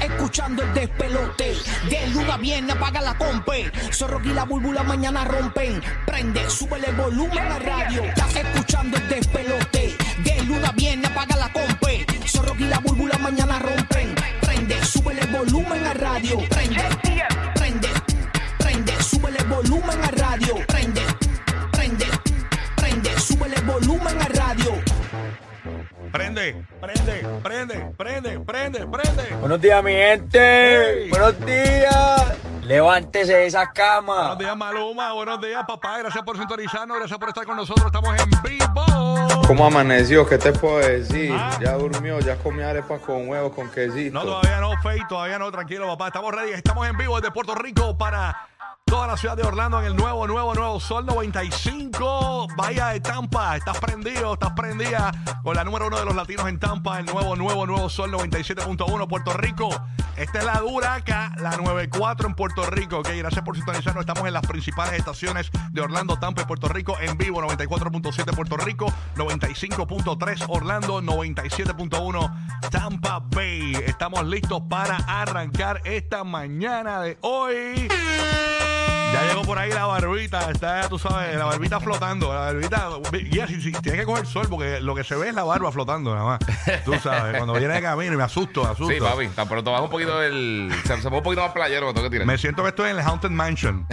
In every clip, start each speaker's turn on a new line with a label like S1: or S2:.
S1: escuchando el despelote. De luna viene, apaga la compe. Zorro y la búlbula mañana rompen. Prende, súbele el volumen a la radio. Estás escuchando el despelote. De luna viene, apaga la compe. Zorro y la búlbula mañana rompen. Prende, súbele el volumen a radio. Prende, prende, prende, súbele el volumen a radio. Prende, prende, prende, súbele el volumen a radio.
S2: Prende, prende, prende, prende, prende, prende.
S3: Buenos días, mi gente.
S2: Hey.
S3: Buenos días. Levántese de esa
S2: Buenos
S3: cama.
S2: días, Maluma. Buenos días, papá. Gracias por sintonizarnos. Gracias por estar con nosotros. Estamos en vivo.
S4: ¿Cómo amaneció? ¿Qué te puedo decir?
S2: Ah.
S4: Ya durmió, ya comió arepas con huevos, con quesito.
S2: No, todavía no, Fey. Todavía no, tranquilo, papá. Estamos ready. Estamos en vivo desde Puerto Rico para toda la ciudad de Orlando en el nuevo, nuevo, nuevo Sol 95. Bahía de Tampa. Estás prendido, estás prendida con la número uno de los latinos en Tampa. El nuevo, nuevo, nuevo Sol 97.1 Puerto Rico. Esta es la Duraca, la 94 en Puerto Rico. Ok, gracias por sintonizarnos. Estamos en las principales estaciones de Orlando, Tampa y Puerto Rico. En vivo, 94.7 Puerto Rico, 95.3 Orlando, 97.1 Tampa Bay. Estamos listos para arrancar esta mañana de hoy. Ya llegó por ahí la barbita, está, tú sabes, la barbita flotando, la barbita, ya, si, si- tienes que coger sol porque lo que se ve es la barba flotando nada más, tú sabes, cuando viene de camino y me asusto, me asusto.
S5: Sí, papi, tan pronto baja un poquito el. Se, se pone un poquito más playero, me tengo que tirar.
S2: Me siento que estoy en el Haunted Mansion.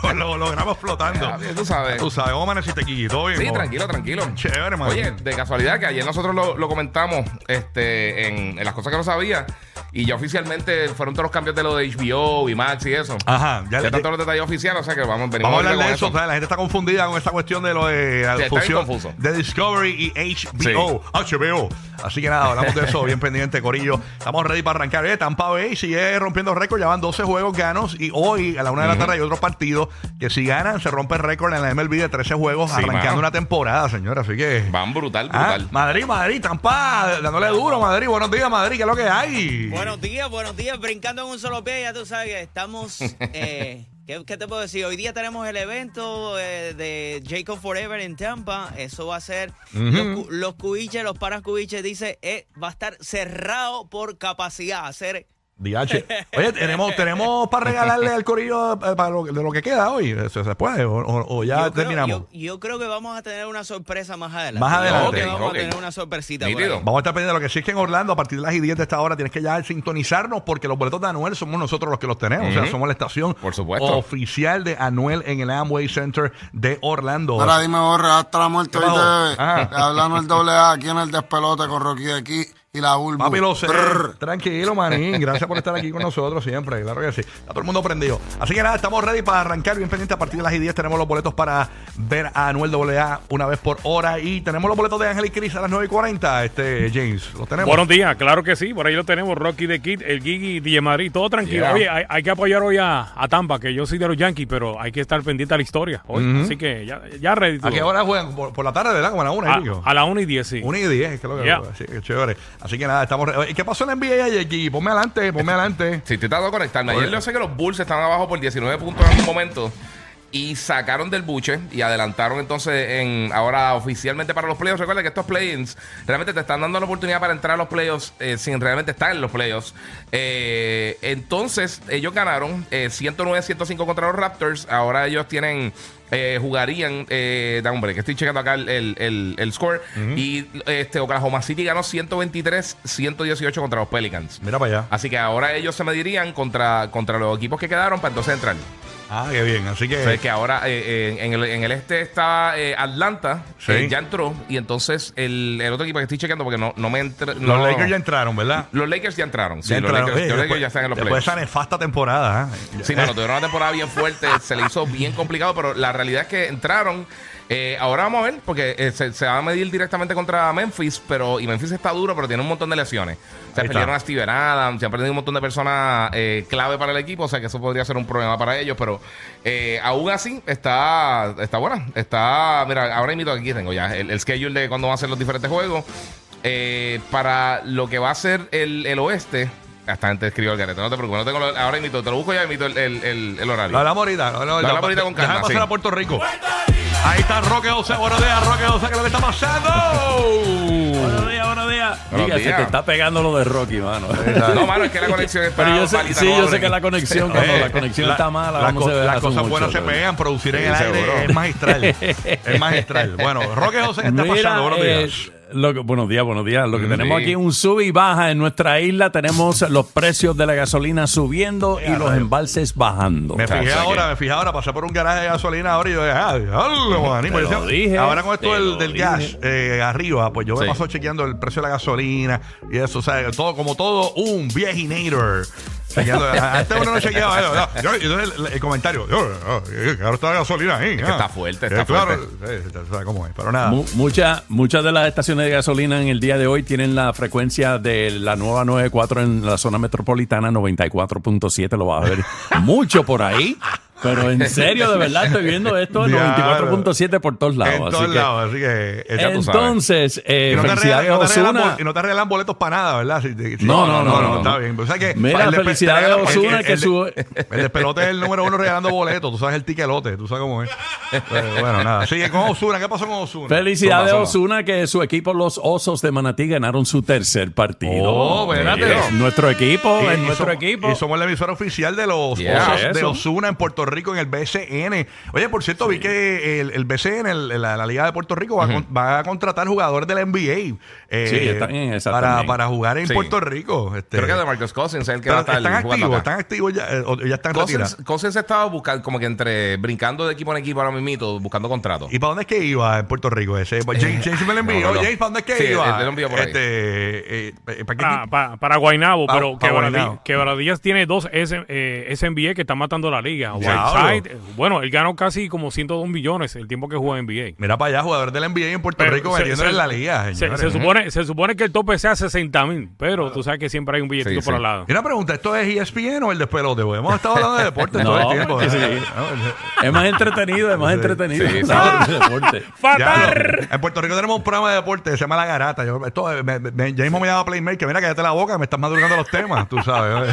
S2: Con los hologramas flotando.
S5: Ah, bien, tú sabes.
S2: Tú sabes, ¿cómo amaneciste, Kiki? ¿Todo bien?
S5: Sí,
S2: joven?
S5: tranquilo, tranquilo.
S2: Chévere, man.
S5: Oye, de casualidad que ayer nosotros lo, lo comentamos este, en, en las cosas que no sabía y ya oficialmente fueron todos los cambios de lo de HBO y Max y eso.
S2: Ajá, ya
S5: ya
S2: le-
S5: están todos los detalles oficiales, o sea que vamos, venimos
S2: Vamos a hablar
S5: con
S2: de eso. o sea, La gente está confundida con esta cuestión de lo de la
S5: Sí, está bien
S2: fusión
S5: confuso.
S2: de Discovery y HBO. HBO. Así que nada, hablamos de eso. bien pendiente, Corillo. Estamos ready para arrancar. Eh, Tampa Bay sigue rompiendo récord. Ya van 12 juegos ganos. Y hoy, a la una de la tarde, hay otro partido que si ganan, se rompe el récord en la MLB de 13 juegos
S5: Sí,
S2: arrancando
S5: mano.
S2: una temporada, señora. Así que.
S5: Van brutal,
S2: Ah,
S5: brutal.
S2: Madrid, Madrid, Tampa, dándole duro, Madrid. Buenos días, Madrid, ¿qué es lo que hay?
S6: Buenos días, buenos días. Brincando en un solo pie, ya tú sabes que estamos. eh, ¿qué, qué te puedo decir? Hoy día tenemos el evento eh, de Jacob Forever en Tampa. Eso va a ser. Los, cu- los cubiches, los panas cubiches, dice, eh, va a estar cerrado por capacidad. Va a ser
S2: DH. Oye, tenemos, tenemos para regalarle al corillo eh, para lo, de lo que queda hoy. eh, ¿Se, se puede? ¿O, o- o ya
S6: yo creo-
S2: terminamos?
S6: yo- yo creo que vamos a tener una sorpresa más adelante.
S2: Más
S6: Yo creo
S2: adelante.
S6: que vamos
S5: Ok, ok.
S6: a tener una sorpresita. por
S5: Nítido.
S6: ahí.
S2: Vamos a estar pendientes de lo que sí es que en Orlando, a partir de las 10 de esta hora, tienes que ya sintonizarnos porque los boletos de Anuel somos nosotros los que los tenemos. O sea,
S5: Ujú.
S2: somos la estación
S5: Por supuesto.
S2: oficial de Anuel en el Amway Center de Orlando.
S7: Ahora dime, borra, hasta la muerte
S2: ¿Qué
S7: hoy
S2: pasó?
S7: te
S2: Ajá.
S7: te hablamos el doble A aquí en el despelote con Rocky de aquí y la Bulbu.
S2: Papi, lo sé.
S7: Brr.
S2: Tranquilo, manín. Gracias por estar aquí con nosotros siempre. Claro que sí. Está todo el mundo prendido. Así que nada, estamos ready para arrancar. Bien pendiente. A partir de las 10 tenemos los boletos para ver a Anuel AA una vez por hora. Y tenemos los boletos de Ángel y Cris a las 9 y 40. Este, James, los tenemos.
S8: Buenos días, claro que sí, por ahí lo tenemos, Rocky de Kid, el Gigi, DJ Madrid, todo tranquilo.
S5: Yeah.
S8: Oye, hay, hay que apoyar hoy a, a Tampa, que yo soy de los Yankees, pero hay que estar pendiente a la historia hoy, así que ya, ya ready.
S2: ¿A qué
S8: todo.
S2: hora juegan? Por, por la tarde, ¿verdad? Como a la 1
S8: A, Ah, a la 1 y 10, sí.
S2: 1 y 10, es que lo que
S8: Yeah.
S2: sí, qué chévere. Así que nada, estamos. re- Oye, ¿Qué pasó en la NBA ayer, Gui? Ponme adelante, ponme adelante.
S5: Sí, estoy tratando de conectarme. Ayer
S2: Oye.
S5: yo sé que los Bulls estaban abajo por 19 puntos en un momento y sacaron del buche y adelantaron entonces en ahora oficialmente para los playoffs. Recuerda que estos play-ins realmente te están dando la oportunidad para entrar a los playoffs eh, sin realmente estar en los playoffs. Eh, entonces ellos ganaron eh, 109-105 contra los Raptors. Ahora ellos tienen... eh, jugarían, eh, da hombre, que estoy checando acá el, el- el- el score. Y este Oklahoma City ganó 123-118 contra los Pelicans.
S2: Mira para allá.
S5: Así que ahora ellos se medirían contra, contra los equipos que quedaron para entonces entrar.
S2: Ah, qué bien. Así que.
S5: O sea, que ahora eh, eh, en, el, en el este está eh, Atlanta,
S2: Sí.
S5: eh, ya entró, y entonces el, el otro equipo que estoy chequeando porque no, no me entra.
S2: los
S5: no-
S2: Lakers ya entraron, ¿verdad?
S5: los Lakers ya entraron. Sí,
S2: Ya
S5: los
S2: entraron.
S5: Lakers,
S2: Oye,
S5: los Lakers
S2: después-
S5: ya están en los
S2: Después de
S5: playoffs.
S2: esa nefasta temporada. ¿eh?
S5: Sí, no, no, tuvieron una temporada bien fuerte, se le hizo bien complicado, pero la realidad es que entraron. Eh, ahora vamos a ver, porque eh, se, se va a medir directamente contra Memphis, pero y Memphis está duro, pero tiene un montón de lesiones. Se
S2: Ahí está.
S5: perdieron a Steven Adams, se han perdido un montón de personas eh, clave para el equipo, o sea que eso podría ser un problema para ellos, pero eh, aún así está, está buena. Está, mira, ahora invito aquí, tengo ya el, el schedule de cuándo van a ser los diferentes juegos. Eh, para lo que va a ser el, el oeste, hasta gente escribió el garete, no te preocupes, no tengo lo- ahora invito, te lo busco ya invito el, el- el- el horario.
S2: Lo hablamos ahorita. Lo
S5: hablamos ahorita con calma,
S2: Déjame pasar
S5: sí.
S2: a Puerto Rico. Ahí está Roque José. Buenos días, Roque José. ¿Qué es lo que está pasando?
S9: Buenos días, buenos días.
S5: Buenos
S9: Diga, se
S5: días.
S9: te está pegando lo de Rocky, mano.
S5: No, mano, es que la conexión es
S9: Pero yo sé,
S5: palita,
S9: sí,
S5: no
S9: yo
S5: abren.
S9: sé que la conexión, cuando
S2: Eh,
S9: la conexión
S2: la-
S9: está mala,
S2: las
S9: vamos
S2: co-
S9: a ver
S2: las
S9: hace
S2: cosas
S9: mucho,
S2: buenas se
S9: pero-
S2: pegan. Producir en
S5: Sí,
S2: el
S5: seguro.
S2: aire es magistral. es magistral. Bueno, Roque José, ¿qué está
S9: Mira,
S2: pasando? Buenos
S9: eh,
S2: días.
S9: lo que- buenos días, buenos días. Lo que
S5: Mm,
S9: tenemos
S5: sí.
S9: aquí es un sub y baja en nuestra isla. Tenemos los precios de la gasolina subiendo y los embalses bajando.
S2: Me
S5: sea,
S2: fijé
S5: o sea
S2: ahora,
S5: que-
S2: me fijé ahora, pasé por un garaje de gasolina ahora y yo dije, ah, diablo, Juanito.
S9: Te
S2: Yo
S9: lo
S2: decía,
S9: dije,
S2: Ahora con esto
S9: te
S2: del,
S9: lo
S2: del
S9: dije.
S2: gas eh, arriba, pues yo me
S5: Sí.
S2: paso chequeando el precio de la gasolina y eso, o sea, todo, como todo, un viejinator. Chequeando- Antes uno no chequeaba eso. ¿verdad? Yo- Entonces el, el comentario, yo, ah, eh, claro está la gasolina ahí.
S5: que
S2: ah.
S5: está fuerte, está
S2: Eh, claro, eh, o sea, ¿cómo es? Pero nada.
S9: Mu- mucha- muchas de las estaciones de gasolina en el día de hoy tienen la frecuencia de la nueva 94 en la zona metropolitana, 94.7, lo vas a ver mucho por ahí. Pero en serio, de verdad, estoy viendo esto, el
S2: Diablo.
S9: 94.7 por todos lados.
S2: en
S9: así
S2: todos
S9: que-
S2: lados, así que. eh,
S5: ya tú sabes.
S9: Entonces, eh,
S2: y no, te regalan,
S9: felicidades,
S2: no te regalan
S9: Ozuna.
S2: bol- y no te regalan boletos para nada, ¿verdad? Si te- si-
S9: No, no, no, no, no.
S2: está bien. Pero, o sea que-
S9: Mira,
S2: eh, el de-
S9: felicidades
S2: te regalan-
S9: a Ozuna,
S2: el- el-
S9: que
S2: el de-
S9: su-
S2: El despelote es el número uno regalando boletos. Tú sabes el tiquelote, tú sabes cómo es. Pero bueno, nada. Sigue con Osuna. ¿Qué pasó con Osuna?
S9: Felicidades a
S5: Zumba,
S9: Osuna que su equipo los Osos de Manatí ganaron su tercer partido.
S2: Oh, espérate.
S9: Es nuestro equipo, es nuestro
S2: somos,
S9: equipo.
S2: y somos la emisora oficial de los
S5: Yeah.
S2: Osos de
S9: Eso.
S2: Osuna en Puerto Rico en el BCN. Oye, por cierto, vi que el, el BCN, el- la, la Liga de Puerto Rico, va, a, con- va a contratar jugadores del NBA eh,
S9: Sí, están en esa
S2: para,
S9: también.
S2: para jugar en
S5: Sí.
S2: Puerto Rico. Este,
S5: Creo que de Marcos Cousins es el que
S2: pero
S5: va a estar
S2: están
S5: jugando
S2: activos,
S5: acá.
S2: están activos ya, eh, o ya están
S5: Cousins,
S2: retirados.
S5: Cousins estaba buscando, como que entre brincando de equipo en equipo ahora mismo, buscando contrato.
S2: ¿Y para dónde es que iba en Puerto Rico ese? Pues James, James me lo envió.
S5: Eh, no, no.
S2: James, ¿para dónde es que
S5: Sí,
S2: iba?
S5: él- él lo envió por ahí.
S2: Este, eh, eh, ¿para qué
S8: Para,
S2: equipo?
S8: para, para Guaynabo,
S2: Pa-
S8: pero
S2: pa'
S8: que
S2: Guaynabo.
S8: Quebradillas tiene dos S, eh, SNBA que están matando la liga.
S2: Diablo.
S8: Whiteside, eh, bueno, él ganó casi como 102 millones el tiempo que jugó en NBA.
S2: Mira para allá, jugador del NBA en Puerto
S8: Pero
S2: Rico
S8: se-
S2: metiéndole
S8: se-
S2: en la liga.
S8: Se,
S2: señores. ¿eh?
S8: se supone, se supone que el tope sea 60 mil, pero tú sabes que siempre hay un billetito
S5: Sí,
S8: por
S5: sí.
S8: al lado.
S2: Y una pregunta, ¿esto es E ESPN o el despelote? güey? Hemos estado hablando de deporte todo el
S9: No,
S2: tiempo.
S9: que sí.
S2: ¿verdad?
S9: Es más entretenido, es más entretenido. Ah.
S5: sí.
S9: Sabor de deporte.
S2: Ya,
S8: ¡Fatar!
S2: no. en Puerto Rico tenemos un programa de deporte, se llama La Garata. Yo, esto, eh, me, me- ya mismo me llama Playmaker, mira, cállate la boca, me estás madurando los temas, tú sabes.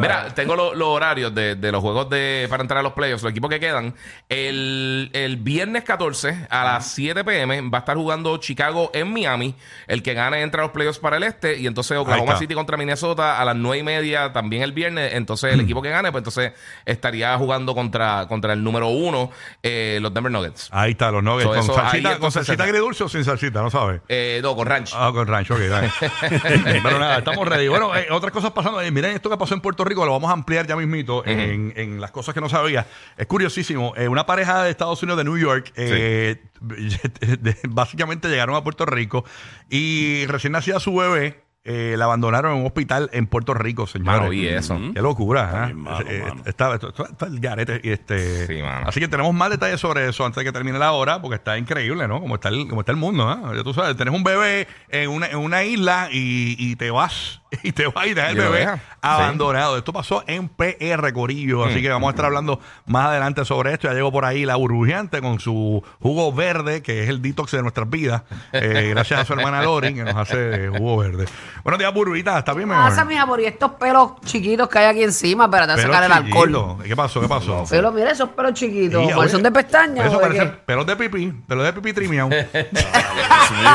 S5: Mira, tengo lo- los horarios de, de los juegos de para entrar a los playoffs, los equipos que quedan. El, el viernes 14 a las 7 pm va a estar jugando Chicago en Miami. El que gane entra a los playoffs para el este. Y entonces Oklahoma
S2: está.
S5: City contra Minnesota a las 9 y media también el viernes. Entonces
S2: Mm.
S5: el equipo que gane, pues entonces estaría jugando contra, contra el número uno, eh, los Denver Nuggets.
S2: Ahí está, los nuggets.
S5: So,
S2: con
S5: eso,
S2: salsita,
S5: ahí
S2: con
S5: entonces
S2: salsita
S5: se-
S2: agridulce o sin salsita, no sabes.
S5: Eh, no, con Ranch.
S2: Ah, con rancho, ok, dale. Pero nada, estamos ready. Bueno, eh, otras cosas pasando. Eh, miren esto que pasó en Puerto Rico, lo vamos a ampliar ya mismito en, en las cosas que no sabía. Es curiosísimo. eh, una pareja de Estados Unidos, de New York, eh, de- básicamente llegaron a Puerto Rico y recién nacida su bebé. eh, la abandonaron en un hospital en Puerto Rico, señores.
S5: Mano, vi eso.
S2: Qué locura, ¿eh?
S9: bien malo,
S2: Eh,
S9: mano.
S2: Está, está- está el garete. y este,
S5: Sí, mano.
S2: Así que tenemos más detalles sobre eso antes de que termine la hora, porque está increíble, ¿no? Como está el, como está el mundo, ¿eh? Ya tú sabes, tenés un bebé en una, en una isla y, y te vas, y te vas y dejas el
S5: Y lo
S2: bebé
S5: dejas, sí. Mm.
S2: abandonado. Esto pasó en PR, Corillo, así que vamos a estar hablando más adelante sobre esto. Ya llegó por ahí la burbujeante con su jugo verde, que es el detox de nuestras vidas, Eh, gracias a su hermana Lori, que nos hace jugo verde. Buenos días, burbita, ¿está bien, mi amor?
S10: pasa, mi amor? Y estos pelos chiquitos que hay aquí encima para te
S2: Pelo
S10: sacar el alcohol.
S2: chiquito. ¿Qué pasó? ¿Qué pasó?
S10: Pero mira esos pelos chiquitos. pues,
S2: Y, oye,
S10: ¿Son de pestañas
S2: Eso
S10: o de
S2: parece
S10: qué?
S2: pelos de pipí, pelos de pipí trimiao.
S5: oh, Se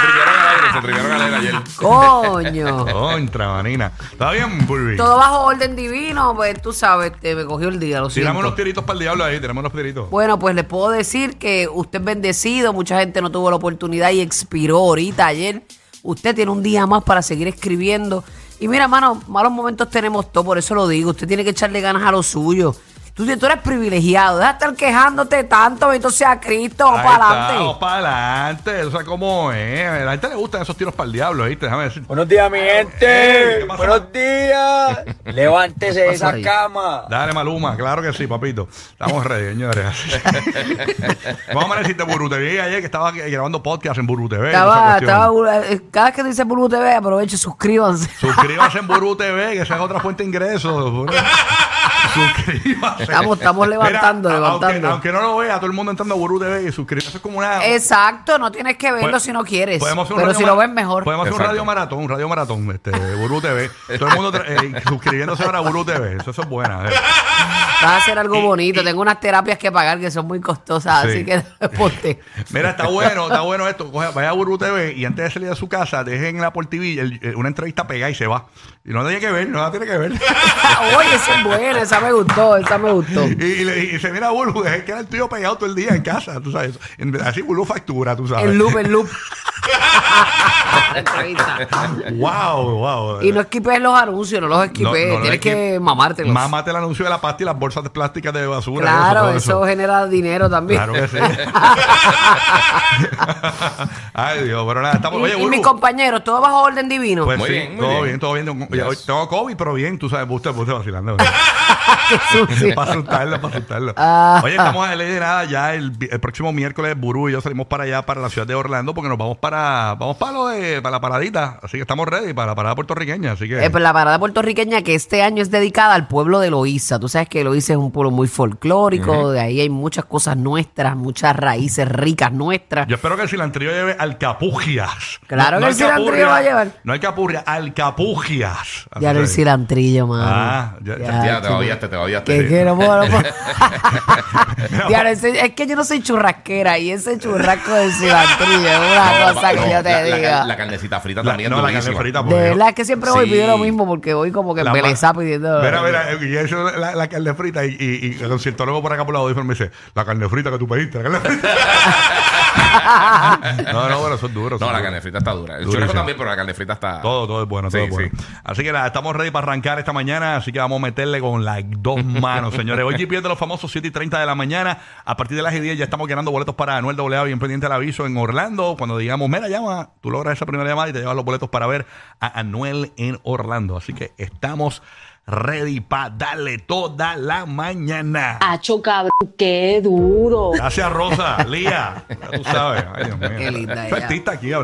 S5: tripearon al aire, se tripearon al aire ayer.
S10: Coño.
S2: Contra, manina. ¿Está bien, Burby?
S10: Todo bajo orden divino, pues tú sabes, te me cogió el día, lo
S2: Tiramos unos
S10: siento.
S2: tiritos para el diablo ahí, tiramos unos tiritos.
S10: Bueno, pues les puedo decir que usted es bendecido, mucha gente no tuvo la oportunidad y expiró ahorita, ayer. Usted tiene un día más para seguir escribiendo. Y mira, mano, malos momentos tenemos todos, por eso lo digo. Usted tiene que echarle ganas a lo suyo. Tú, tú eres privilegiado, deja de estar quejándote tanto, entonces a Cristo,
S2: Ahí
S10: para
S2: está,
S10: adelante.
S2: Vamos para adelante. O sea, ¿cómo es? A la gente le gustan esos tiros para el diablo, ¿viste? Déjame decir.
S3: Buenos días, mi
S2: Ey,
S3: gente.
S2: ¿qué pasó?
S3: Buenos días. Levántese de
S10: pasó
S3: esa
S10: ahí?
S3: cama.
S2: Dale, Maluma, claro que sí, papito. Estamos ready, señores. Vamos a decirte, Buru TV ayer que estaba eh, grabando podcast en Buru TV. esa
S10: Estaba,
S2: cuestión.
S10: estaba- eh, cada vez que dice Bulu TV, aproveche, suscríbanse.
S2: Suscríbase en Buru TV, que esa es otra fuente de ingresos. Suscríbase.
S10: Estamos- estamos levantando,
S2: aunque-
S10: levantando.
S2: Aunque, no lo vea, todo el mundo entrando a Guru TV y suscríbase. Eso es como una.
S10: Exacto, no tienes que verlo
S2: Pues,
S10: si no quieres.
S2: podemos hacer un
S10: Pero
S2: radio
S10: si lo
S2: mar-
S10: ves mejor.
S2: Podemos hacer un
S5: Exacto.
S2: radio maratón, un radio maratón, este, Buru TV. Todo el mundo tra- eh, suscribiéndose ahora a Buru TV. Eso, eso es buena. eh.
S10: Vas a hacer algo bonito. Tengo unas terapias que pagar que son muy costosas,
S2: Sí.
S10: así que ponte.
S2: Mira, está bueno, está bueno esto. Coge- vaya a Buru TV y antes de salir de su casa, dejen en la por TV el- eh, una entrevista pegada y se va. Y no la tiene que ver, no la tiene que ver.
S10: Ah, Oye, esa es buena, esa me gustó, esa me gustó.
S2: Y, y le- y se mira a Buru, dejé que era el tuyo pegado todo el día en casa, tú sabes. En- Así Buru factura, tú sabes.
S10: El loop, el loop. La entrevista.
S2: Wow, wow.
S10: Y no esquipes los anuncios, no los
S2: No,
S10: esquipes.
S2: no, no,
S10: Tienes
S2: es que-
S10: que mamártelos.
S2: Mámate el anuncio de la pasta y las bolsas de plásticas de basura.
S10: claro,
S2: todo
S10: eso, genera dinero también.
S2: Claro que sí. Ay, Dios, pero nada, estamos. Oye,
S10: y, y
S2: Burbu,
S10: mis compañeros, todo bajo orden divino.
S2: Pues
S5: Muy
S2: sí,
S5: bien, muy
S2: todo bien.
S5: bien.
S2: todo bien. Oye,
S5: Yes.
S2: Tengo COVID, pero bien, tú sabes, usted, usted vacilando.
S10: Qué sucio.
S2: para asustarlo, para asustarlo.
S10: Ah.
S2: Oye, estamos en ley de nada ya el, vi- el próximo miércoles Burú y yo salimos para allá, para la ciudad de Orlando, porque nos vamos para vamos para, lo de- para la paradita. Así que estamos ready para la parada puertorriqueña. Así que
S10: Eh, pues la parada puertorriqueña que este año es dedicada al pueblo de Loíza. Tú sabes que Loíza es un pueblo muy folclórico, de ahí hay muchas cosas nuestras, muchas raíces ricas nuestras.
S2: yo espero que el cilantrillo lleve alcapugias.
S10: Claro que el cilantrillo
S2: alcapurria,
S10: va a llevar.
S2: No alcapurria, alcapugias. Así
S10: ya no el
S2: que-
S10: cilantrillo, mano.
S2: Ah, ya- ya-
S5: Ya, te
S10: chico.
S5: odiaste, te odiaste.
S10: Que, que no puedo, no puedo. Ya no, ese- es que yo no soy churrasquera y ese churrasco de cilantrillo es una
S5: No,
S10: cosa que
S5: no,
S10: yo
S5: la-
S10: te
S5: la-
S10: digo.
S5: La carnecita frita
S2: La-
S5: también.
S2: no, la carne
S5: durísima.
S2: frita,
S10: de
S2: porque-
S10: verdad es que siempre voy
S5: Sí.
S10: pidiendo lo mismo porque voy como que
S2: La
S10: embelesá
S2: ma-
S10: pidiendo.
S2: Mira, mira, eh, y eso, la, la carne frita y, y, y el conciertólogo por acá por la audífono me dice, la carne frita que tú pediste, la carne frita. no, no, bueno, son duros.
S5: No,
S2: son
S5: la
S2: duros.
S5: carne frita está dura. El
S2: Durísima.
S5: churrasco también, pero la carne frita está.
S2: Todo, todo es bueno, todo
S5: Sí,
S2: es bueno.
S5: sí.
S2: Ah. Así que nada, estamos ready para arrancar esta mañana, así que vamos a meterle con las dos manos, señores. Hoy GP de los famosos 7 y 30 de la mañana. A partir de las 10 ya estamos ganando boletos para Anuel AA, bien pendiente al aviso en Orlando. Cuando digamos, mira, llama, tú logras esa primera llamada y te llevas los boletos para ver a Anuel en Orlando. Así que estamos ready para darle toda la mañana.
S10: Ah.
S11: Acho, cabrón, qué duro.
S2: Gracias, Rosa, Lía. Ya tú sabes. Ay, Dios mío.
S10: Qué linda
S2: Esta
S10: ella.
S2: artista aquí,